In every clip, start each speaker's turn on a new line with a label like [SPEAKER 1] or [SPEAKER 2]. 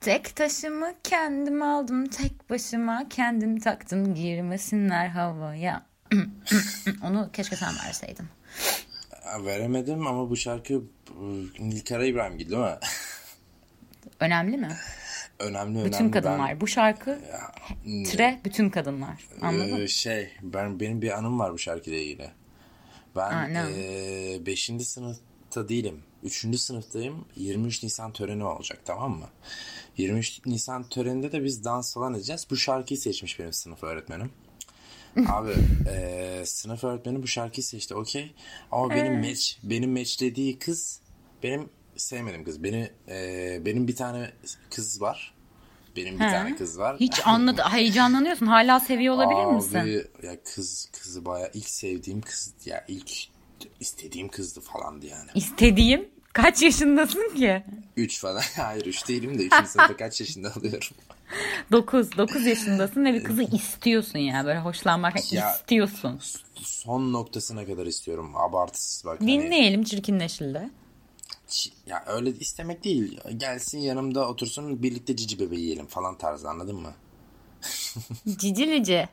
[SPEAKER 1] Tek taşımı kendim aldım tek başıma kendim taktım girmesinler havaya. Onu keşke sen verseydin.
[SPEAKER 2] Veremedim ama bu şarkı Nilkara İbrahimgil değil mi?
[SPEAKER 1] Önemli mi?
[SPEAKER 2] önemli önemli.
[SPEAKER 1] Bütün kadınlar.
[SPEAKER 2] Ben,
[SPEAKER 1] Bu şarkı
[SPEAKER 2] ne?
[SPEAKER 1] tre bütün kadınlar. Anladın?
[SPEAKER 2] Ee, şey ben benim bir anım var bu şarkıyla ilgili. Ben
[SPEAKER 1] Aynen.
[SPEAKER 2] 5. sınıfta değilim. 3. sınıftayım. 23 Nisan töreni olacak tamam mı? 23 Nisan töreninde de biz dans falan edeceğiz. Bu şarkıyı seçmiş benim sınıf öğretmenim. Abi e, sınıf öğretmeni bu şarkıyı seçti okey. Ama benim meç benim meçlediği kız benim sevmedim kız. Beni e, benim bir tane kız var. Benim bir
[SPEAKER 1] He.
[SPEAKER 2] tane kız var.
[SPEAKER 1] Hiç anladı heyecanlanıyorsun. Hala seviyor olabilir
[SPEAKER 2] Abi,
[SPEAKER 1] misin?
[SPEAKER 2] Ya kız kızı baya ilk sevdiğim kız ya ilk istediğim kızdı falandı yani.
[SPEAKER 1] İstediğim kaç yaşındasın ki?
[SPEAKER 2] 3 falan. Hayır 3 değilim de 3. sınıfta kaç yaşında alıyorum.
[SPEAKER 1] 9 9 yaşındasın ve bir kızı istiyorsun ya böyle hoşlanmak
[SPEAKER 2] Ya-
[SPEAKER 1] istiyorsun.
[SPEAKER 2] Son noktasına kadar istiyorum. Abartısız bak. hani
[SPEAKER 1] Dinleyelim çirkinleşildi.
[SPEAKER 2] çi- ya öyle istemek değil. Gelsin yanımda otursun birlikte cici bebeği yiyelim falan tarzı anladın mı?
[SPEAKER 1] Cicilici.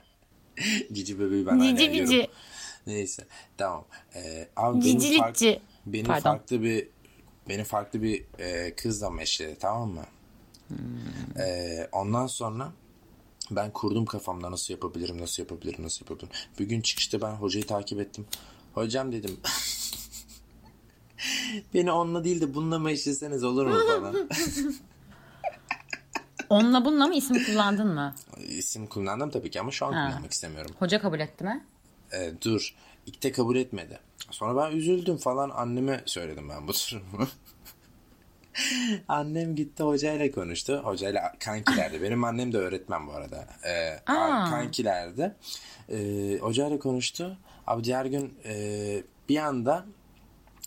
[SPEAKER 2] cici bebeği ben hala
[SPEAKER 1] Cici
[SPEAKER 2] yiyorum.
[SPEAKER 1] bici.
[SPEAKER 2] Neyse tamam. Ee, abi benim, fark-
[SPEAKER 1] Cicilikçi.
[SPEAKER 2] benim
[SPEAKER 1] Pardon.
[SPEAKER 2] farklı bir benim farklı bir e, kızla meşledi tamam mı?
[SPEAKER 1] Hmm.
[SPEAKER 2] Ee, ondan sonra ben kurdum kafamda nasıl yapabilirim nasıl yapabilirim nasıl yapabilirim. Bir gün çıkışta ben hocayı takip ettim. Hocam dedim beni onunla değil de bununla meşleseniz olur mu falan.
[SPEAKER 1] Onunla bununla mı isim kullandın mı?
[SPEAKER 2] İsim kullandım tabii ki ama şu an
[SPEAKER 1] Ha.
[SPEAKER 2] kullanmak istemiyorum.
[SPEAKER 1] Hoca kabul etti mi?
[SPEAKER 2] E, dur. İlk de kabul etmedi. Sonra ben üzüldüm falan anneme söyledim ben bu durumu. Annem gitti hocayla konuştu. Hocayla kankilerdi. Benim annem de öğretmen bu arada. E,
[SPEAKER 1] Aa.
[SPEAKER 2] kankilerdi. E, hocayla konuştu. Abi diğer gün e, bir anda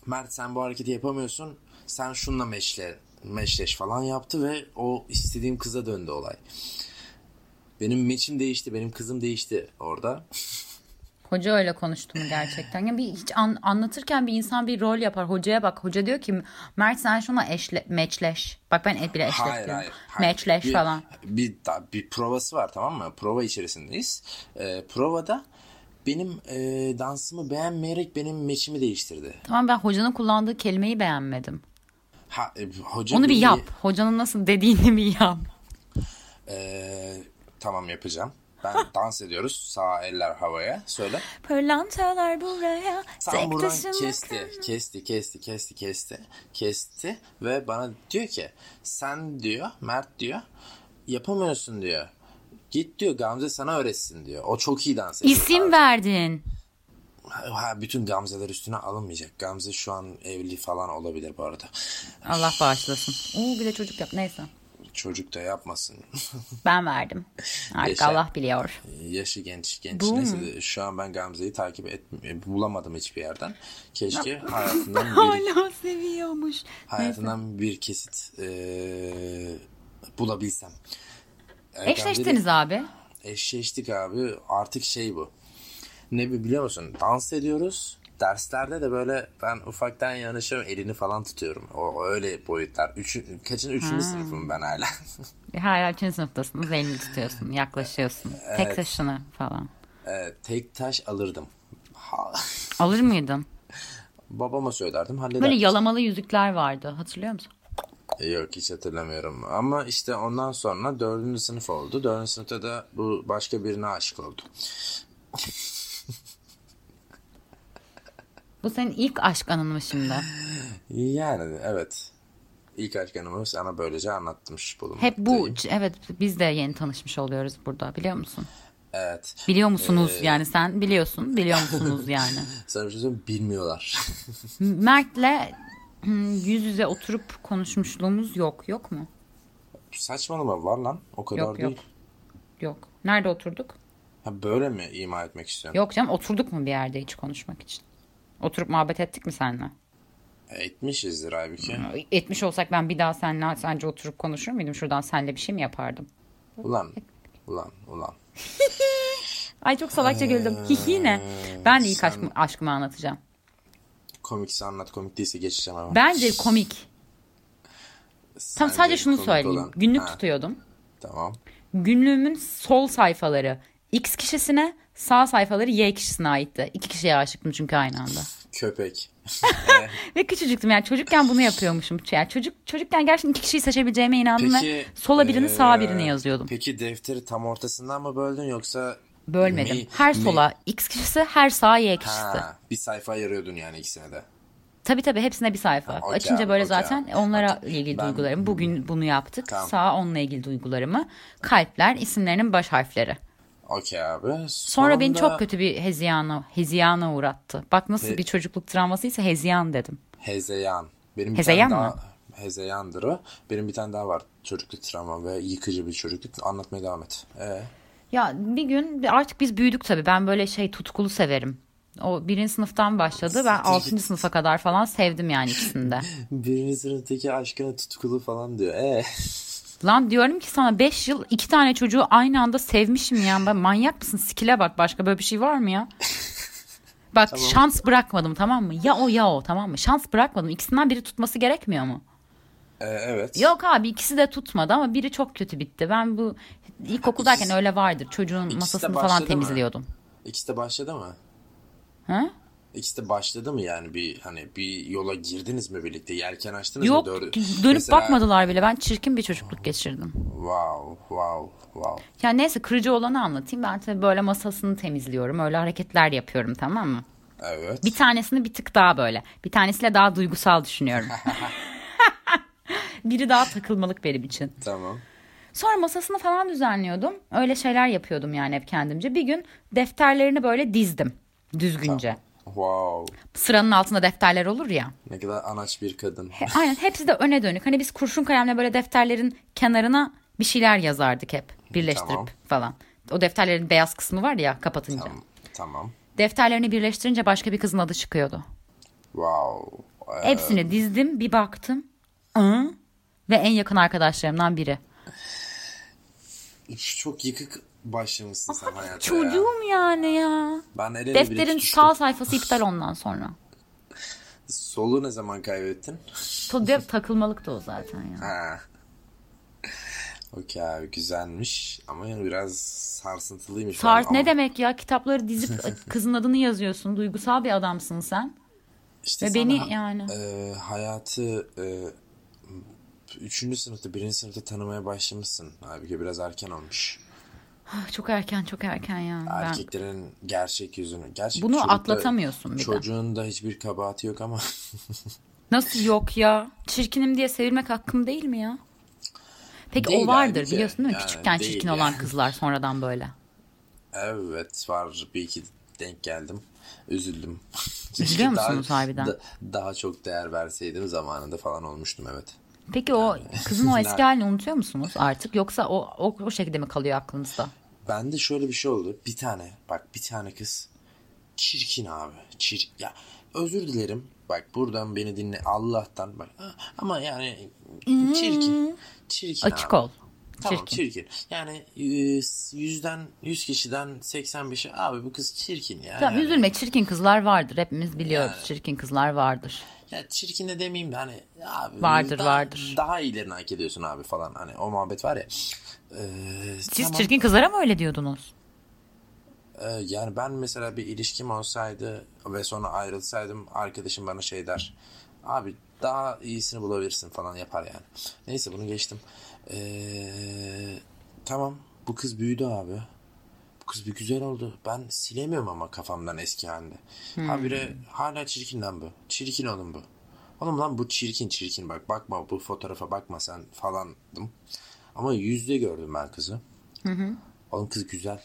[SPEAKER 2] Mert sen bu hareketi yapamıyorsun. Sen şununla meşle, meşleş falan yaptı ve o istediğim kıza döndü olay. Benim meçim değişti. Benim kızım değişti orada.
[SPEAKER 1] Hoca öyle konuştu mu gerçekten? Ya bir hiç an- anlatırken bir insan bir rol yapar. Hocaya bak. Hoca diyor ki Mert sen şuna eşle meçleş. Bak ben et bile eşleş
[SPEAKER 2] Hayır
[SPEAKER 1] diyorum.
[SPEAKER 2] hayır. hayır.
[SPEAKER 1] Meçleş
[SPEAKER 2] bir,
[SPEAKER 1] falan.
[SPEAKER 2] Bir, da- bir provası var tamam mı? Prova içerisindeyiz. Ee, provada benim e, dansımı beğenmeyerek benim meçimi değiştirdi.
[SPEAKER 1] Tamam ben hocanın kullandığı kelimeyi beğenmedim.
[SPEAKER 2] Ha, e, hoca
[SPEAKER 1] Onu bir
[SPEAKER 2] beni-
[SPEAKER 1] yap. Hocanın nasıl dediğini bir yap.
[SPEAKER 2] Ee, tamam yapacağım. Ben dans ediyoruz. Sağ eller havaya. Söyle.
[SPEAKER 1] Pırlantalar buraya.
[SPEAKER 2] Sen buradan kesti, kesti, kesti, kesti, kesti, kesti ve bana diyor ki sen diyor, Mert diyor yapamıyorsun diyor. Git diyor Gamze sana öğretsin diyor. O çok iyi dans ediyor.
[SPEAKER 1] İsim verdin.
[SPEAKER 2] Ha, bütün Gamze'ler üstüne alınmayacak. Gamze şu an evli falan olabilir bu arada.
[SPEAKER 1] Allah bağışlasın. Oo bir de çocuk yap. Neyse.
[SPEAKER 2] Çocuk da yapmasın.
[SPEAKER 1] Ben verdim. Artık
[SPEAKER 2] Yaşa.
[SPEAKER 1] Allah biliyor.
[SPEAKER 2] Yaşı genç genç.
[SPEAKER 1] Bu
[SPEAKER 2] Neyse de şu an ben Gamze'yi takip et e, bulamadım hiçbir yerden. Keşke hayatından bir
[SPEAKER 1] seviyormuş.
[SPEAKER 2] hayatından bir kesit e, bulabilsem. E, Ee,
[SPEAKER 1] Eşleştiniz abi.
[SPEAKER 2] Gamze'yle Eşleştik abi. Artık şey bu. Ne bi- biliyor musun? Dans ediyoruz. Derslerde de böyle ben ufaktan yanaşıyorum. Elini falan tutuyorum. O öyle boyutlar. Üç, kaçın? Üçüncü sınıfım ben hala.
[SPEAKER 1] Hala üçüncü sınıftasınız. Elini tutuyorsun. Yaklaşıyorsun. Tek taşını falan.
[SPEAKER 2] Ee, tek taş alırdım. Ha-
[SPEAKER 1] Alır mıydın?
[SPEAKER 2] Babama söylerdim halleder.
[SPEAKER 1] Böyle yalamalı yüzükler vardı. Hatırlıyor musun?
[SPEAKER 2] Ee, Yok hiç hatırlamıyorum. Ama işte ondan sonra dördüncü sınıf oldu. Dördüncü sınıfta da bu başka birine aşık oldu.
[SPEAKER 1] Bu senin ilk aşk anın mı şimdi?
[SPEAKER 2] Yani evet. İlk aşk anımı sana böylece anlatmış
[SPEAKER 1] Hep bu.
[SPEAKER 2] bulunmaktayım.
[SPEAKER 1] Evet biz de yeni tanışmış oluyoruz burada biliyor musun?
[SPEAKER 2] Evet.
[SPEAKER 1] Biliyor musunuz yani sen biliyorsun. Biliyor musunuz yani?
[SPEAKER 2] Sana bir şey söyleyeyim mi? bilmiyorlar.
[SPEAKER 1] Mert'le hmm, yüz yüze oturup konuşmuşluğumuz yok. Yok mu?
[SPEAKER 2] Saçmalama var lan. O kadar
[SPEAKER 1] Yok, yok.
[SPEAKER 2] değil.
[SPEAKER 1] Yok. Nerede oturduk?
[SPEAKER 2] Ha, böyle mi ima etmek istiyorsun?
[SPEAKER 1] Yok canım oturduk mu bir yerde hiç konuşmak için? Oturup muhabbet ettik mi seninle?
[SPEAKER 2] Etmişizdir halbuki.
[SPEAKER 1] Etmiş olsak ben bir daha seninle sence oturup konuşur muydum? Şuradan seninle bir şey mi yapardım?
[SPEAKER 2] Ulan. Ulan. Ulan.
[SPEAKER 1] Ay çok salakça güldüm. Hihi ne? Ben de ilk
[SPEAKER 2] Ee, sen-
[SPEAKER 1] aşkımı, aşkımı anlatacağım.
[SPEAKER 2] Komikse anlat. Komik değilse geçeceğim ama.
[SPEAKER 1] Bence komik. Tam
[SPEAKER 2] Sence
[SPEAKER 1] sadece şunu
[SPEAKER 2] komik
[SPEAKER 1] söyleyeyim.
[SPEAKER 2] olan-
[SPEAKER 1] Günlük
[SPEAKER 2] Ha,
[SPEAKER 1] tutuyordum.
[SPEAKER 2] Tamam.
[SPEAKER 1] Günlüğümün sol sayfaları X kişisine, sağ sayfaları Y kişisine aitti. İki kişiye aşıktım çünkü aynı anda.
[SPEAKER 2] Köpek.
[SPEAKER 1] Ve küçücüktüm yani çocukken bunu yapıyormuşum. Yani çocuk çocukken gerçekten iki kişiyi seçebileceğime inandım ve
[SPEAKER 2] Peki
[SPEAKER 1] sola birini sağa
[SPEAKER 2] eee,
[SPEAKER 1] birini yazıyordum.
[SPEAKER 2] Peki defteri tam ortasından mı böldün yoksa
[SPEAKER 1] Bölmedim.
[SPEAKER 2] Mi-
[SPEAKER 1] her
[SPEAKER 2] mi-
[SPEAKER 1] sola X kişisi, her sağa Y kişisi.
[SPEAKER 2] Ha, bir sayfa ayırıyordun yani ikisine de.
[SPEAKER 1] Tabii tabii hepsine bir sayfa.
[SPEAKER 2] okey
[SPEAKER 1] Açınca
[SPEAKER 2] abi,
[SPEAKER 1] böyle
[SPEAKER 2] okey
[SPEAKER 1] zaten
[SPEAKER 2] abi.
[SPEAKER 1] onlara ilgili
[SPEAKER 2] Ben-
[SPEAKER 1] duygularım. Bugün bunu yaptık.
[SPEAKER 2] Tamam.
[SPEAKER 1] Sağ onunla ilgili duygularımı. Kalpler isimlerinin baş harfleri.
[SPEAKER 2] Okey abi. Sonra
[SPEAKER 1] Sonra beni çok kötü bir heziyana, heziyana uğrattı. Bak nasıl
[SPEAKER 2] He-
[SPEAKER 1] bir çocukluk travmasıysa heziyan dedim.
[SPEAKER 2] Hezeyan. Benim bir
[SPEAKER 1] Hezeyan
[SPEAKER 2] tane
[SPEAKER 1] mı?
[SPEAKER 2] daha Hezeyandır o. Benim bir tane daha var. Çocukluk travma ve yıkıcı bir çocukluk. Anlatmaya devam et. Ee,
[SPEAKER 1] Ya bir gün artık biz büyüdük tabii. Ben böyle şey tutkulu severim. O birinci sınıftan başladı. Ben altıncı sınıfa kadar falan sevdim yani ikisini de.
[SPEAKER 2] birinci sınıftaki aşkına tutkulu falan diyor. Ee,
[SPEAKER 1] Lan diyorum ki sana 5 yıl iki tane çocuğu aynı anda sevmişim ya. Ben manyak mısın? Skill'e bak başka böyle bir şey var mı ya? Bak şans bırakmadım tamam mı? Ya o ya o tamam mı? Şans bırakmadım. İkisinden biri tutması gerekmiyor mu?
[SPEAKER 2] Ee, evet.
[SPEAKER 1] Yok abi ikisi de tutmadı ama biri çok kötü bitti. Ben bu ilkokuldayken
[SPEAKER 2] İkisi-
[SPEAKER 1] öyle vardır. Çocuğun
[SPEAKER 2] de
[SPEAKER 1] masasını
[SPEAKER 2] başladı
[SPEAKER 1] falan
[SPEAKER 2] mı?
[SPEAKER 1] temizliyordum.
[SPEAKER 2] İkisi de başladı mı?
[SPEAKER 1] Ha?
[SPEAKER 2] İkisi de başladı mı yani bir hani bir yola girdiniz mi birlikte? Yelken açtınız
[SPEAKER 1] Yok
[SPEAKER 2] mı? Dördü-
[SPEAKER 1] dönüp
[SPEAKER 2] Mesela-
[SPEAKER 1] bakmadılar bile. Ben çirkin bir çocukluk geçirdim.
[SPEAKER 2] Wow, wow, wow.
[SPEAKER 1] Yani neyse kırıcı olanı anlatayım. Ben tabii böyle masasını temizliyorum. Öyle hareketler yapıyorum tamam mı?
[SPEAKER 2] Evet.
[SPEAKER 1] Bir tanesini bir tık daha böyle. Bir tanesiyle daha duygusal düşünüyorum. Biri daha takılmalık benim için.
[SPEAKER 2] Tamam.
[SPEAKER 1] Sonra masasını falan düzenliyordum. Öyle şeyler yapıyordum yani hep kendimce. Bir gün defterlerini böyle dizdim düzgünce.
[SPEAKER 2] Wow.
[SPEAKER 1] Sıranın altında defterler olur ya.
[SPEAKER 2] Ne kadar anaç bir kadın.
[SPEAKER 1] E, Aynen hepsi de öne dönük. Hani biz kurşun kalemle böyle defterlerin kenarına bir şeyler yazardık hep. Birleştirip
[SPEAKER 2] Tamam.
[SPEAKER 1] falan. O defterlerin beyaz kısmı var ya kapatınca.
[SPEAKER 2] tamam. Tamam.
[SPEAKER 1] Defterlerini birleştirince başka bir kızın adı çıkıyordu.
[SPEAKER 2] Wow. Ee,
[SPEAKER 1] Hepsini dizdim bir baktım. Aa! Ve en yakın arkadaşlarımdan biri.
[SPEAKER 2] çok yıkık başlamışsın sen hayata ya.
[SPEAKER 1] Çocuğum yani ya.
[SPEAKER 2] Ben el ele bile
[SPEAKER 1] Defterin
[SPEAKER 2] tutuştum.
[SPEAKER 1] sağ sayfası iptal ondan sonra.
[SPEAKER 2] Solu ne zaman kaybettin?
[SPEAKER 1] To- de- Takılmalık da o zaten ya.
[SPEAKER 2] Ha. Okey abi güzelmiş ama yani biraz sarsıntılıymış.
[SPEAKER 1] Tarz
[SPEAKER 2] Ben-
[SPEAKER 1] ne
[SPEAKER 2] ama
[SPEAKER 1] demek ya kitapları dizip kızın adını yazıyorsun. Duygusal bir adamsın sen.
[SPEAKER 2] işte
[SPEAKER 1] ve
[SPEAKER 2] sana
[SPEAKER 1] beni
[SPEAKER 2] ha-
[SPEAKER 1] yani.
[SPEAKER 2] e, hayatı e, üçüncü sınıfta birinci sınıfta tanımaya başlamışsın. Halbuki biraz erken olmuş.
[SPEAKER 1] Ah, Çok erken çok erken ya. Ben...
[SPEAKER 2] Erkeklerin gerçek yüzünü. Gerçek
[SPEAKER 1] Bunu
[SPEAKER 2] çocukta-
[SPEAKER 1] atlatamıyorsun bir de.
[SPEAKER 2] Çocuğun da hiçbir kabahati yok ama
[SPEAKER 1] Nasıl yok ya? Çirkinim diye sevilmek hakkım değil mi ya? Peki
[SPEAKER 2] Değil
[SPEAKER 1] o vardır
[SPEAKER 2] halbuki.
[SPEAKER 1] biliyorsun değil mi?
[SPEAKER 2] Yani
[SPEAKER 1] Küçükken
[SPEAKER 2] değil
[SPEAKER 1] çirkin
[SPEAKER 2] yani.
[SPEAKER 1] olan kızlar sonradan böyle.
[SPEAKER 2] Evet var bir iki denk geldim. Üzüldüm.
[SPEAKER 1] Üzülüyor
[SPEAKER 2] Keşke daha-
[SPEAKER 1] musunuz harbiden?
[SPEAKER 2] da- daha çok değer verseydim zamanında falan olmuştum evet.
[SPEAKER 1] Peki o kızın o eski
[SPEAKER 2] Nerede?
[SPEAKER 1] halini unutuyor musunuz artık yoksa o o, o şekilde mi kalıyor aklınızda?
[SPEAKER 2] Bende şöyle bir şey oldu. Bir tane bak bir tane kız çirkin abi. Çir ya özür dilerim. Bak buradan beni dinle Allah'tan bak. Ama yani çirkin. Çirkin
[SPEAKER 1] Hmm. Açık
[SPEAKER 2] abi.
[SPEAKER 1] ol.
[SPEAKER 2] Tamam
[SPEAKER 1] Çirkin.
[SPEAKER 2] çirkin. Yani e, yüzden 100 kişiden 85'i abi bu kız çirkin ya.
[SPEAKER 1] Tamam
[SPEAKER 2] Yani-
[SPEAKER 1] üzülme çirkin kızlar vardır hepimiz biliyoruz çirkin kızlar vardır.
[SPEAKER 2] Ya çirkin de demeyeyim de hani abi
[SPEAKER 1] Vardır,
[SPEAKER 2] daha,
[SPEAKER 1] vardır.
[SPEAKER 2] daha iyilerini hak ediyorsun abi falan hani o muhabbet var ya. Ee,
[SPEAKER 1] Siz
[SPEAKER 2] tamam.
[SPEAKER 1] çirkin kızlara mı öyle diyordunuz?
[SPEAKER 2] Ee, yani ben mesela bir ilişkim olsaydı ve sonra ayrılsaydım arkadaşım bana şey der. Abi daha iyisini bulabilirsin falan yapar yani. Neyse bunu geçtim. Ee, tamam bu kız büyüdü abi. Bu kız bir güzel oldu. Ben silemiyorum ama kafamdan eski halini.
[SPEAKER 1] Hmm.
[SPEAKER 2] Habire hala çirkin lan bu. Çirkin oğlum bu. Oğlum lan bu çirkin çirkin bak bakma bu fotoğrafa bakma sen falandım. Ama yüzde gördüm ben kızı. Oğlum kız güzel.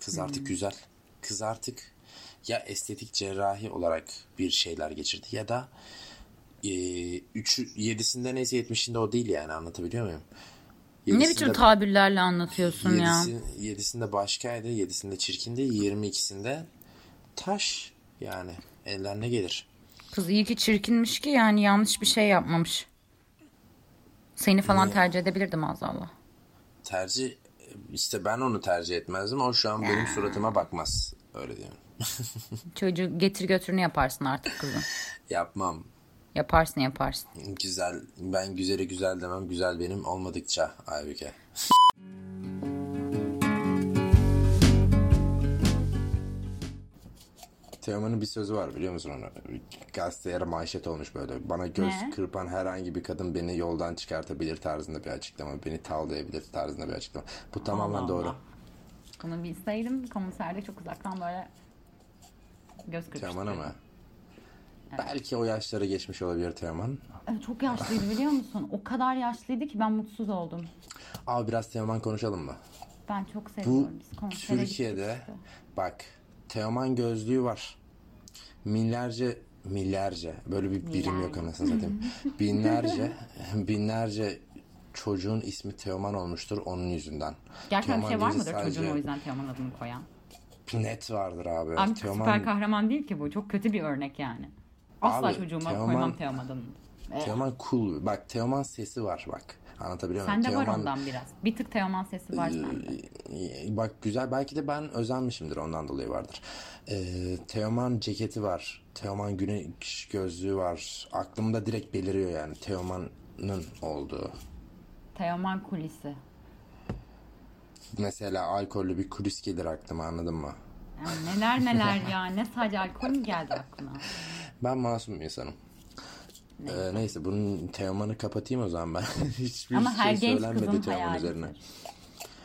[SPEAKER 2] Kız artık
[SPEAKER 1] Hmm.
[SPEAKER 2] güzel. Kız artık ya estetik cerrahi olarak bir şeyler geçirdi ya da e, üçü, yedisinde neyse yetmişinde o değil yani anlatabiliyor muyum?
[SPEAKER 1] Ne biçim
[SPEAKER 2] Yedisinde-
[SPEAKER 1] tabirlerle anlatıyorsun ya?
[SPEAKER 2] Yedisi- yedisinde başkaydı, yedisinde çirkindi, yirmi ikisinde taş yani ellerine gelir.
[SPEAKER 1] Kız iyi ki çirkinmiş ki yani yanlış bir şey yapmamış. Seni falan tercih edebilirdim maazallah.
[SPEAKER 2] Tercih işte ben onu tercih etmezdim. O şu an benim suratıma bakmaz. Öyle diyeyim.
[SPEAKER 1] Çocuğu getir götürünü yaparsın artık kızım.
[SPEAKER 2] Yapmam.
[SPEAKER 1] Yaparsın yaparsın.
[SPEAKER 2] Güzel. Ben güzeli güzel demem. Güzel benim olmadıkça Aybüke. Teoman'ın bir sözü var biliyor musun onu? Gazetelere manşet olmuş böyle. Bana göz
[SPEAKER 1] Ne?
[SPEAKER 2] kırpan herhangi bir kadın beni yoldan çıkartabilir tarzında bir açıklama. Beni tavlayabilir tarzında bir açıklama. Bu tamamen
[SPEAKER 1] Allah.
[SPEAKER 2] doğru.
[SPEAKER 1] Bunu bilseydim konserde çok uzaktan böyle göz
[SPEAKER 2] Teoman
[SPEAKER 1] kırpıştırdım.
[SPEAKER 2] ama. Belki o yaşlara geçmiş olabilir Teoman.
[SPEAKER 1] Evet, Çok yaşlıydı biliyor musun? O kadar yaşlıydı ki ben mutsuz oldum.
[SPEAKER 2] Abi biraz Teoman konuşalım mı?
[SPEAKER 1] Ben çok
[SPEAKER 2] Bu
[SPEAKER 1] seviyorum. Biz konsere gittik
[SPEAKER 2] Türkiye'de
[SPEAKER 1] işte.
[SPEAKER 2] bak Teoman gözlüğü var. Milyarca milyarca böyle bir birim yok
[SPEAKER 1] Milyarca.
[SPEAKER 2] anasını satayım. Binlerce binlerce çocuğun ismi Teoman olmuştur onun yüzünden.
[SPEAKER 1] Gerçekten bir
[SPEAKER 2] Teoman
[SPEAKER 1] şey var
[SPEAKER 2] deyince
[SPEAKER 1] mıdır çocuğun o
[SPEAKER 2] sadece
[SPEAKER 1] yüzden Teoman adını koyan?
[SPEAKER 2] Net vardır abi.
[SPEAKER 1] Abi
[SPEAKER 2] Teoman
[SPEAKER 1] süper kahraman değil ki bu. Çok kötü bir örnek yani. Asla
[SPEAKER 2] Abi,
[SPEAKER 1] çocuğuma
[SPEAKER 2] Teoman-
[SPEAKER 1] koymam Teoman adını. Evet.
[SPEAKER 2] Teoman cool. Bak Teoman sesi var bak. Anlatabiliyor muyum?
[SPEAKER 1] Sende var
[SPEAKER 2] Teoman-
[SPEAKER 1] ondan biraz. Bir tık Teoman sesi var sende.
[SPEAKER 2] Ee, Bak güzel belki de ben özenmişimdir ondan dolayı vardır. Ee, Teoman ceketi var. Teoman güneş gözlüğü var. Aklımda direkt beliriyor yani Teoman'ın olduğu.
[SPEAKER 1] Teoman kulisi.
[SPEAKER 2] Mesela alkollü bir kulis gelir aklıma anladın mı?
[SPEAKER 1] Yani neler neler ya. Ne sadece alkol mü geldi aklına?
[SPEAKER 2] Ben masum bir insanım. Ee, neyse bunun Teoman'ı kapatayım o zaman ben. Hiçbir
[SPEAKER 1] Ama her
[SPEAKER 2] şey
[SPEAKER 1] genç
[SPEAKER 2] söylenmedi
[SPEAKER 1] kızın
[SPEAKER 2] Teoman
[SPEAKER 1] hayalidir.
[SPEAKER 2] üzerine.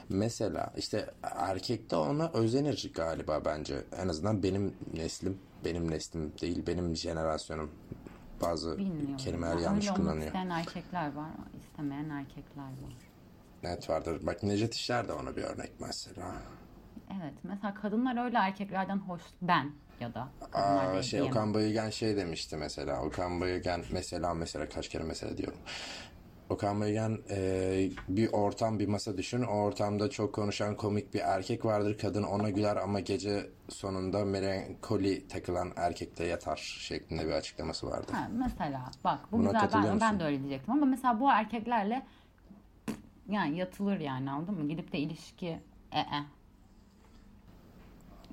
[SPEAKER 2] Mesela işte erkekte ona özenir galiba bence. En azından benim neslim, benim neslim değil, benim jenerasyonum. Bazı
[SPEAKER 1] Bilmiyorum.
[SPEAKER 2] kelimeler
[SPEAKER 1] ya.
[SPEAKER 2] yanlış
[SPEAKER 1] Öyle olmak
[SPEAKER 2] kullanıyor.
[SPEAKER 1] isteyen erkekler var. istemeyen erkekler var.
[SPEAKER 2] Net vardır. Bak Necdet İşler de ona bir örnek mesela.
[SPEAKER 1] Evet. Mesela kadınlar öyle erkeklerden hoş. Ben ya da kadınlar
[SPEAKER 2] Aa,
[SPEAKER 1] değil
[SPEAKER 2] şey
[SPEAKER 1] diyemem.
[SPEAKER 2] Okan Bayülgen şey demişti mesela. Okan Bayülgen mesela mesela kaç kere mesela diyorum. Okan Bayülgen e, bir ortam bir masa düşün. O ortamda çok konuşan komik bir erkek vardır. Kadın ona güler ama gece sonunda melankoli takılan erkekle yatar şeklinde bir açıklaması vardı.
[SPEAKER 1] Ha, mesela bak bu
[SPEAKER 2] Buna
[SPEAKER 1] güzel
[SPEAKER 2] katılıyor
[SPEAKER 1] ben, ben
[SPEAKER 2] musun?
[SPEAKER 1] de öyle diyecektim ama mesela bu erkeklerle yani yatılır yani anladın mı? Gidip de ilişki ee. e.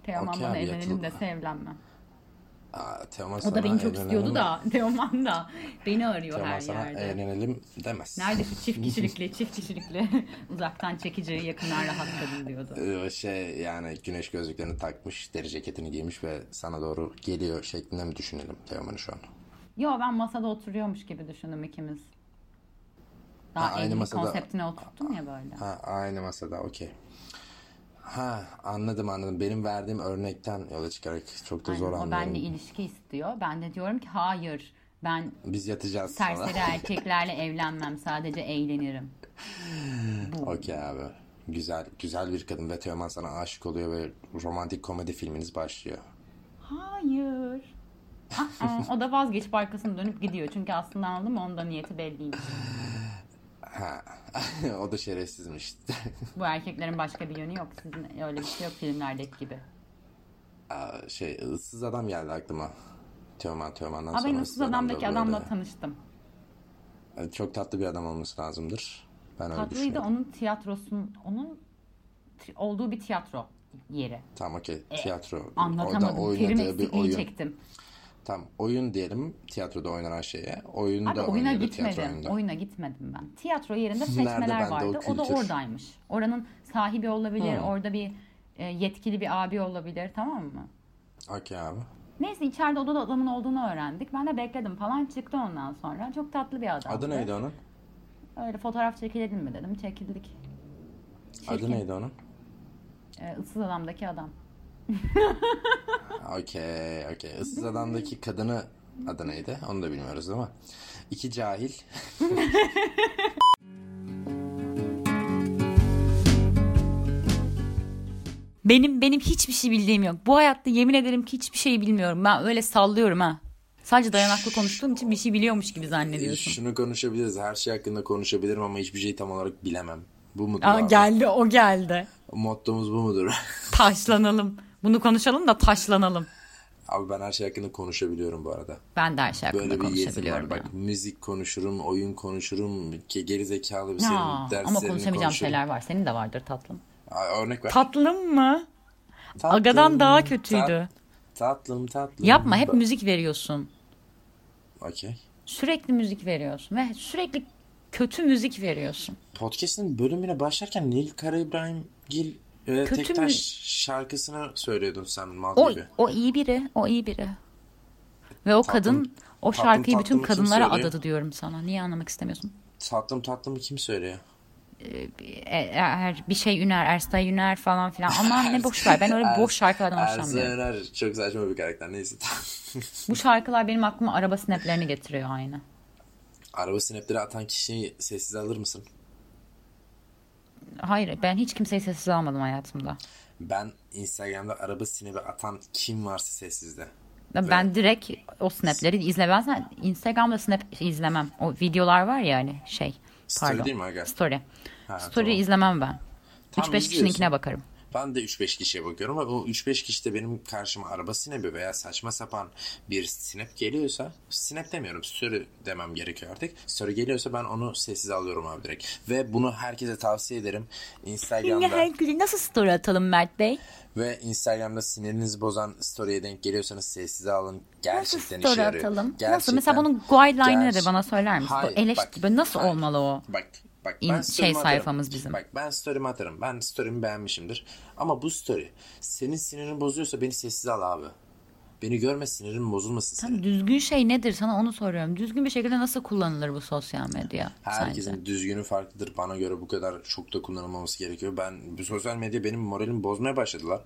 [SPEAKER 1] Teoman
[SPEAKER 2] Okey
[SPEAKER 1] bana
[SPEAKER 2] abi,
[SPEAKER 1] evlenelim
[SPEAKER 2] yatıl-
[SPEAKER 1] dese evlenmem.
[SPEAKER 2] Aa, Teoman
[SPEAKER 1] O
[SPEAKER 2] sana
[SPEAKER 1] da beni çok
[SPEAKER 2] evlenelim-
[SPEAKER 1] istiyordu da Teoman da beni arıyor
[SPEAKER 2] Teoman
[SPEAKER 1] her
[SPEAKER 2] sana
[SPEAKER 1] yerde.
[SPEAKER 2] evlenelim demez.
[SPEAKER 1] Nerede şu çift kişilikli çift kişilikli uzaktan çekici yakından rahat kadın diyordu.
[SPEAKER 2] Ee, şey yani güneş gözlüklerini takmış, deri ceketini giymiş ve sana doğru geliyor şeklinde mi düşünelim Teoman'ı şu an?
[SPEAKER 1] Yo ben masada oturuyormuş gibi düşündüm ikimiz. Daha
[SPEAKER 2] Ha, aynı
[SPEAKER 1] evlilik
[SPEAKER 2] masada-
[SPEAKER 1] konseptine oturttum ya böyle.
[SPEAKER 2] Ha aynı masada okey. Ha anladım anladım. Benim verdiğim örnekten yola çıkarak çok da
[SPEAKER 1] Aynen,
[SPEAKER 2] zor
[SPEAKER 1] o benimle
[SPEAKER 2] anlıyorum.
[SPEAKER 1] ilişki istiyor. Ben de diyorum ki hayır ben
[SPEAKER 2] Biz yatacağız sonra.
[SPEAKER 1] serseri erkeklerle evlenmem sadece eğlenirim.
[SPEAKER 2] Okey abi. Güzel güzel bir kadın ve Teoman sana aşık oluyor ve romantik komedi filminiz başlıyor.
[SPEAKER 1] Hayır. Aa, o da vazgeçip arkasını dönüp gidiyor. Çünkü aslında anladın mı onda niyeti belliymiş.
[SPEAKER 2] Ha. o da şerefsizmiş.
[SPEAKER 1] Bu erkeklerin başka bir yönü yok. Sizin öyle bir şey yok filmlerdeki gibi.
[SPEAKER 2] Aa, şey ıssız adam geldi aklıma. Teoman Teoman'dan
[SPEAKER 1] Ama
[SPEAKER 2] sonra
[SPEAKER 1] ben ıssız
[SPEAKER 2] Adam da
[SPEAKER 1] adamdaki
[SPEAKER 2] böyle-
[SPEAKER 1] adamla tanıştım.
[SPEAKER 2] Çok tatlı bir adam olması lazımdır. Ben öyle
[SPEAKER 1] Tatlıydı
[SPEAKER 2] düşünüyorum.
[SPEAKER 1] onun tiyatrosun onun ti- olduğu bir tiyatro yeri.
[SPEAKER 2] Tam okey. Tiyatro. Orada
[SPEAKER 1] E, Anlatamadım. Terim
[SPEAKER 2] oynadığı bir
[SPEAKER 1] eksikliği
[SPEAKER 2] oyun.
[SPEAKER 1] çektim.
[SPEAKER 2] Tam oyun diyelim tiyatroda oynanan şeye. Oyun
[SPEAKER 1] Abi
[SPEAKER 2] da
[SPEAKER 1] oyuna
[SPEAKER 2] oynuyordu tiyatro
[SPEAKER 1] gitmedim.
[SPEAKER 2] oyunda.
[SPEAKER 1] Oyuna gitmedim ben. Tiyatro yerinde
[SPEAKER 2] bende
[SPEAKER 1] seçmeler
[SPEAKER 2] o
[SPEAKER 1] vardı. O, da
[SPEAKER 2] kültür?
[SPEAKER 1] oradaymış. Oranın sahibi olabilir.
[SPEAKER 2] Hmm.
[SPEAKER 1] Orada bir e, yetkili bir abi olabilir. Tamam mı?
[SPEAKER 2] Okey abi.
[SPEAKER 1] Neyse içeride odada adamın olduğunu öğrendik. Ben de bekledim falan çıktı ondan sonra. Çok tatlı bir adam.
[SPEAKER 2] Adı neydi onun?
[SPEAKER 1] Öyle fotoğraf çekilelim mi dedim. Çekildik. Şey
[SPEAKER 2] Adı neydi onun?
[SPEAKER 1] E, ıssız adamdaki adam.
[SPEAKER 2] Okey okey. Issız adamdaki kadını adı neydi? Onu da bilmiyoruz değil mi? İki cahil.
[SPEAKER 1] Benim benim hiçbir şey bildiğim yok. Bu hayatta yemin ederim ki hiçbir şey bilmiyorum. Ben öyle sallıyorum ha. Sadece dayanaklı konuştuğum için bir şey biliyormuş gibi zannediyorsun.
[SPEAKER 2] Şunu konuşabiliriz. Her şey hakkında konuşabilirim ama hiçbir şeyi tam olarak bilemem. Bu mudur
[SPEAKER 1] Aa,
[SPEAKER 2] abi?
[SPEAKER 1] geldi o geldi.
[SPEAKER 2] Mottomuz bu mudur?
[SPEAKER 1] Taşlanalım. Bunu konuşalım da taşlanalım.
[SPEAKER 2] abi ben her şey hakkında konuşabiliyorum bu arada.
[SPEAKER 1] Ben de her şey hakkında
[SPEAKER 2] Böyle bir yetim
[SPEAKER 1] konuşabiliyorum.
[SPEAKER 2] var. Bak müzik konuşurum, oyun konuşurum. Ge- Gerizekalı bir
[SPEAKER 1] ya.
[SPEAKER 2] senin
[SPEAKER 1] Aa,
[SPEAKER 2] derslerini
[SPEAKER 1] ama konuşamayacağım
[SPEAKER 2] konuşurum.
[SPEAKER 1] şeyler var. Senin de vardır tatlım.
[SPEAKER 2] Aa, örnek ver.
[SPEAKER 1] Tatlım mı?
[SPEAKER 2] Tatlım,
[SPEAKER 1] Agadan daha kötüydü.
[SPEAKER 2] Tat, tatlım tatlım.
[SPEAKER 1] Yapma hep
[SPEAKER 2] Ba-
[SPEAKER 1] müzik veriyorsun.
[SPEAKER 2] Okey.
[SPEAKER 1] Sürekli müzik veriyorsun ve sürekli kötü müzik veriyorsun.
[SPEAKER 2] Podcast'in bölümüne başlarken Nil Kara İbrahim Gil e,
[SPEAKER 1] Kötü
[SPEAKER 2] Tektaş
[SPEAKER 1] mü-
[SPEAKER 2] şarkısını söylüyordun sen mal
[SPEAKER 1] O,
[SPEAKER 2] gibi.
[SPEAKER 1] o iyi biri, o iyi biri. Ve o
[SPEAKER 2] Tatlım-
[SPEAKER 1] kadın o
[SPEAKER 2] tatlım
[SPEAKER 1] şarkıyı bütün
[SPEAKER 2] tatlım kim
[SPEAKER 1] kadınlara
[SPEAKER 2] söylüyor?
[SPEAKER 1] adadı diyorum sana. Niye anlamak istemiyorsun?
[SPEAKER 2] Tatlım tatlım kim söylüyor?
[SPEAKER 1] E, Er, bir şey Üner, Erstay Üner falan filan. Aman ne boş ver. Ben öyle
[SPEAKER 2] Er-
[SPEAKER 1] boş şarkılardan
[SPEAKER 2] Ersin
[SPEAKER 1] hoşlanmıyorum.
[SPEAKER 2] Erer çok saçma bir karakter neyse.
[SPEAKER 1] Bu şarkılar benim aklıma araba snaplerini getiriyor aynı.
[SPEAKER 2] Araba sinepleri atan kişiyi sessiz alır mısın?
[SPEAKER 1] Hayır ben hiç kimseyi sessiz almadım hayatımda.
[SPEAKER 2] Ben Instagram'da araba sinebi atan kim varsa sessizde.
[SPEAKER 1] Ya Ben direkt o snapleri izle. Ben zaten Instagram'da snap izlemem. O videolar var ya hani şey.
[SPEAKER 2] Story
[SPEAKER 1] Pardon.
[SPEAKER 2] değil mi aga?
[SPEAKER 1] Story.
[SPEAKER 2] Ha,
[SPEAKER 1] Story
[SPEAKER 2] tamam.
[SPEAKER 1] izlemem ben.
[SPEAKER 2] Tamam,
[SPEAKER 1] 3-5
[SPEAKER 2] izliyorsun.
[SPEAKER 1] kişininkine bakarım.
[SPEAKER 2] Ben de 3-5 kişiye bakıyorum ama o 3-5 kişi de benim karşıma araba sinebi veya saçma sapan bir sinep geliyorsa sinep demiyorum story demem gerekiyor artık. Story geliyorsa ben onu sessiz alıyorum abi direkt. Ve bunu herkese tavsiye ederim. Instagram'da
[SPEAKER 1] herkese nasıl story atalım Mert Bey?
[SPEAKER 2] ve Instagram'da sinirinizi bozan story'e denk geliyorsanız sessize alın.
[SPEAKER 1] Nasıl
[SPEAKER 2] Gerçekten işe
[SPEAKER 1] story
[SPEAKER 2] yarıyor.
[SPEAKER 1] atalım? Nasıl?
[SPEAKER 2] Gerçekten-
[SPEAKER 1] Mesela bunun guideline'ı
[SPEAKER 2] Gerçek-
[SPEAKER 1] da bana söyler misin? Bu
[SPEAKER 2] Hayır,
[SPEAKER 1] eleştiri-
[SPEAKER 2] bak,
[SPEAKER 1] nasıl
[SPEAKER 2] hayır.
[SPEAKER 1] olmalı o?
[SPEAKER 2] Bak bak
[SPEAKER 1] İn-
[SPEAKER 2] ben
[SPEAKER 1] şey
[SPEAKER 2] story'mi atarım.
[SPEAKER 1] sayfamız bizim.
[SPEAKER 2] Bak ben story'mi atarım. Ben story'mi beğenmişimdir. Ama bu story senin sinirini bozuyorsa beni sessiz al abi. Beni görme sinirin bozulmasın senin.
[SPEAKER 1] Tam düzgün şey nedir? Sana onu soruyorum. Düzgün bir şekilde nasıl kullanılır bu sosyal medya
[SPEAKER 2] Herkesin
[SPEAKER 1] sence?
[SPEAKER 2] düzgünü farklıdır. Bana göre bu kadar çok da kullanılmaması gerekiyor. Ben bu sosyal medya benim moralimi bozmaya başladı lan.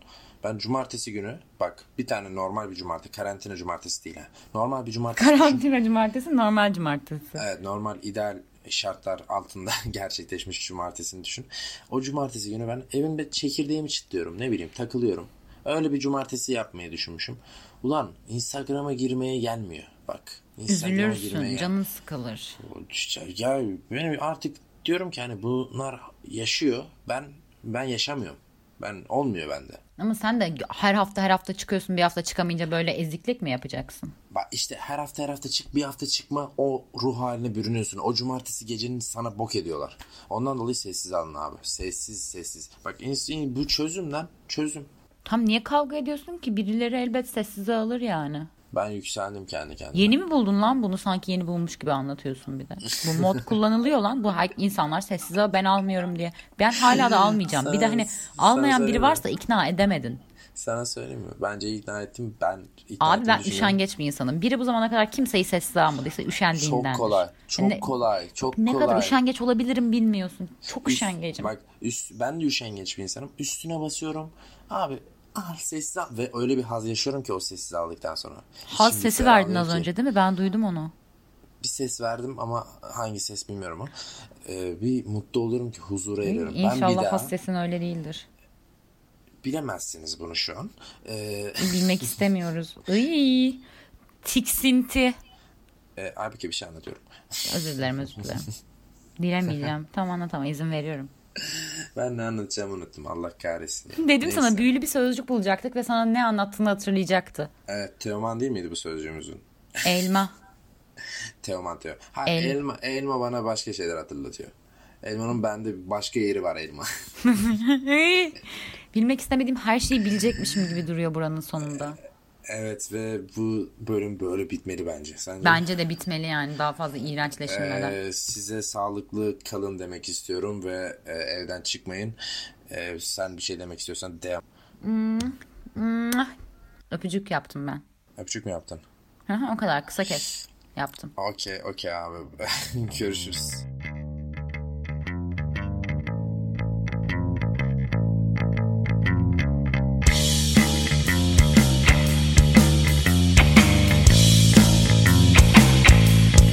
[SPEAKER 2] Ben cumartesi günü bak bir tane normal bir cumartesi karantina cumartesi değil ha. Normal bir cumartesi.
[SPEAKER 1] Karantina cumartesi normal cumartesi.
[SPEAKER 2] Evet normal ideal şartlar altında gerçekleşmiş cumartesini düşün. O cumartesi günü ben evimde çekirdeğimi çitliyorum ne bileyim takılıyorum. Öyle bir cumartesi yapmayı düşünmüşüm. Ulan Instagram'a girmeye gelmiyor bak. Instagram'a
[SPEAKER 1] Üzülürsün.
[SPEAKER 2] gel-
[SPEAKER 1] Canın sıkılır.
[SPEAKER 2] Ya benim artık diyorum ki hani bunlar yaşıyor. Ben ben yaşamıyorum. Ben olmuyor bende.
[SPEAKER 1] Ama sen de her hafta her hafta çıkıyorsun bir hafta çıkamayınca böyle eziklik mi yapacaksın?
[SPEAKER 2] Bak işte her hafta her hafta çık bir hafta çıkma o ruh haline bürünüyorsun. O cumartesi gecenin sana bok ediyorlar. Ondan dolayı sessiz alın abi. Sessiz sessiz. Bak ins- bu çözüm lan çözüm.
[SPEAKER 1] Tam niye kavga ediyorsun ki? Birileri elbet sessize alır yani.
[SPEAKER 2] Ben yükseldim kendi kendime.
[SPEAKER 1] Yeni mi buldun lan bunu sanki yeni bulmuş gibi anlatıyorsun bir de. Bu mod kullanılıyor lan. Bu her- insanlar sessize al, ben almıyorum diye. Ben hala da almayacağım. Bir de hani
[SPEAKER 2] Sen- sen
[SPEAKER 1] almayan biri
[SPEAKER 2] söyleme.
[SPEAKER 1] varsa ikna edemedin.
[SPEAKER 2] Sana söyleyeyim mi? Bence ikna ettim. Ben ikna
[SPEAKER 1] Abi
[SPEAKER 2] ettim
[SPEAKER 1] ben
[SPEAKER 2] düşünüyorum.
[SPEAKER 1] üşengeç bir insanım. Biri bu zamana kadar kimseyi sessize almadıysa üşendiğinden.
[SPEAKER 2] Çok kolay. Çok
[SPEAKER 1] ne,
[SPEAKER 2] kolay. Çok
[SPEAKER 1] ne
[SPEAKER 2] kolay.
[SPEAKER 1] kadar üşengeç olabilirim bilmiyorsun. Çok
[SPEAKER 2] Üst-
[SPEAKER 1] üşengecim.
[SPEAKER 2] Bak üst, ben de üşengeç bir insanım. Üstüne basıyorum. Abi al sessiz al. Ve öyle bir haz yaşıyorum ki o sessiz aldıktan sonra.
[SPEAKER 1] Haz
[SPEAKER 2] İçim
[SPEAKER 1] sesi
[SPEAKER 2] ferahlığı
[SPEAKER 1] verdin az
[SPEAKER 2] ki-
[SPEAKER 1] önce değil mi? Ben duydum onu.
[SPEAKER 2] Bir ses verdim ama hangi ses bilmiyorum ama. Ee, bir mutlu oluyorum ki huzura eriyorum. ben bir
[SPEAKER 1] İnşallah
[SPEAKER 2] daha
[SPEAKER 1] haz sesin öyle değildir.
[SPEAKER 2] bilemezsiniz bunu şu an. Ee,
[SPEAKER 1] Bilmek istemiyoruz. Iy, tiksinti.
[SPEAKER 2] e, halbuki bir şey anlatıyorum.
[SPEAKER 1] Özür dilerim özür dilerim. Dilemeyeceğim. Tamam anlatamam izin veriyorum.
[SPEAKER 2] Ben ne anlatacağımı unuttum. Allah kahretsin.
[SPEAKER 1] Dedim sana büyülü bir sözcük bulacaktık ve sana ne anlattığını hatırlayacaktı.
[SPEAKER 2] Evet, E, Teoman değil miydi bu sözcüğümüzün?
[SPEAKER 1] Elma.
[SPEAKER 2] Teoman Teo. Ha,
[SPEAKER 1] El-
[SPEAKER 2] elma, elma bana başka şeyler hatırlatıyor. Elmanın bende başka yeri var elma.
[SPEAKER 1] Iy. Bilmek istemediğim her şeyi bilecekmişim gibi duruyor buranın sonunda.
[SPEAKER 2] Evet ve bu bölüm böyle bitmeli bence. Sence?
[SPEAKER 1] Bence de bitmeli yani daha fazla iğrençleşilmeden.
[SPEAKER 2] Ee, size sağlıklı kalın demek istiyorum ve e, evden çıkmayın. E, sen bir şey demek istiyorsan de.
[SPEAKER 1] Öpücük yaptım ben.
[SPEAKER 2] Öpücük mü yaptın?
[SPEAKER 1] Hı hı, o kadar kısa kes yaptım.
[SPEAKER 2] Okey okey abi. Görüşürüz.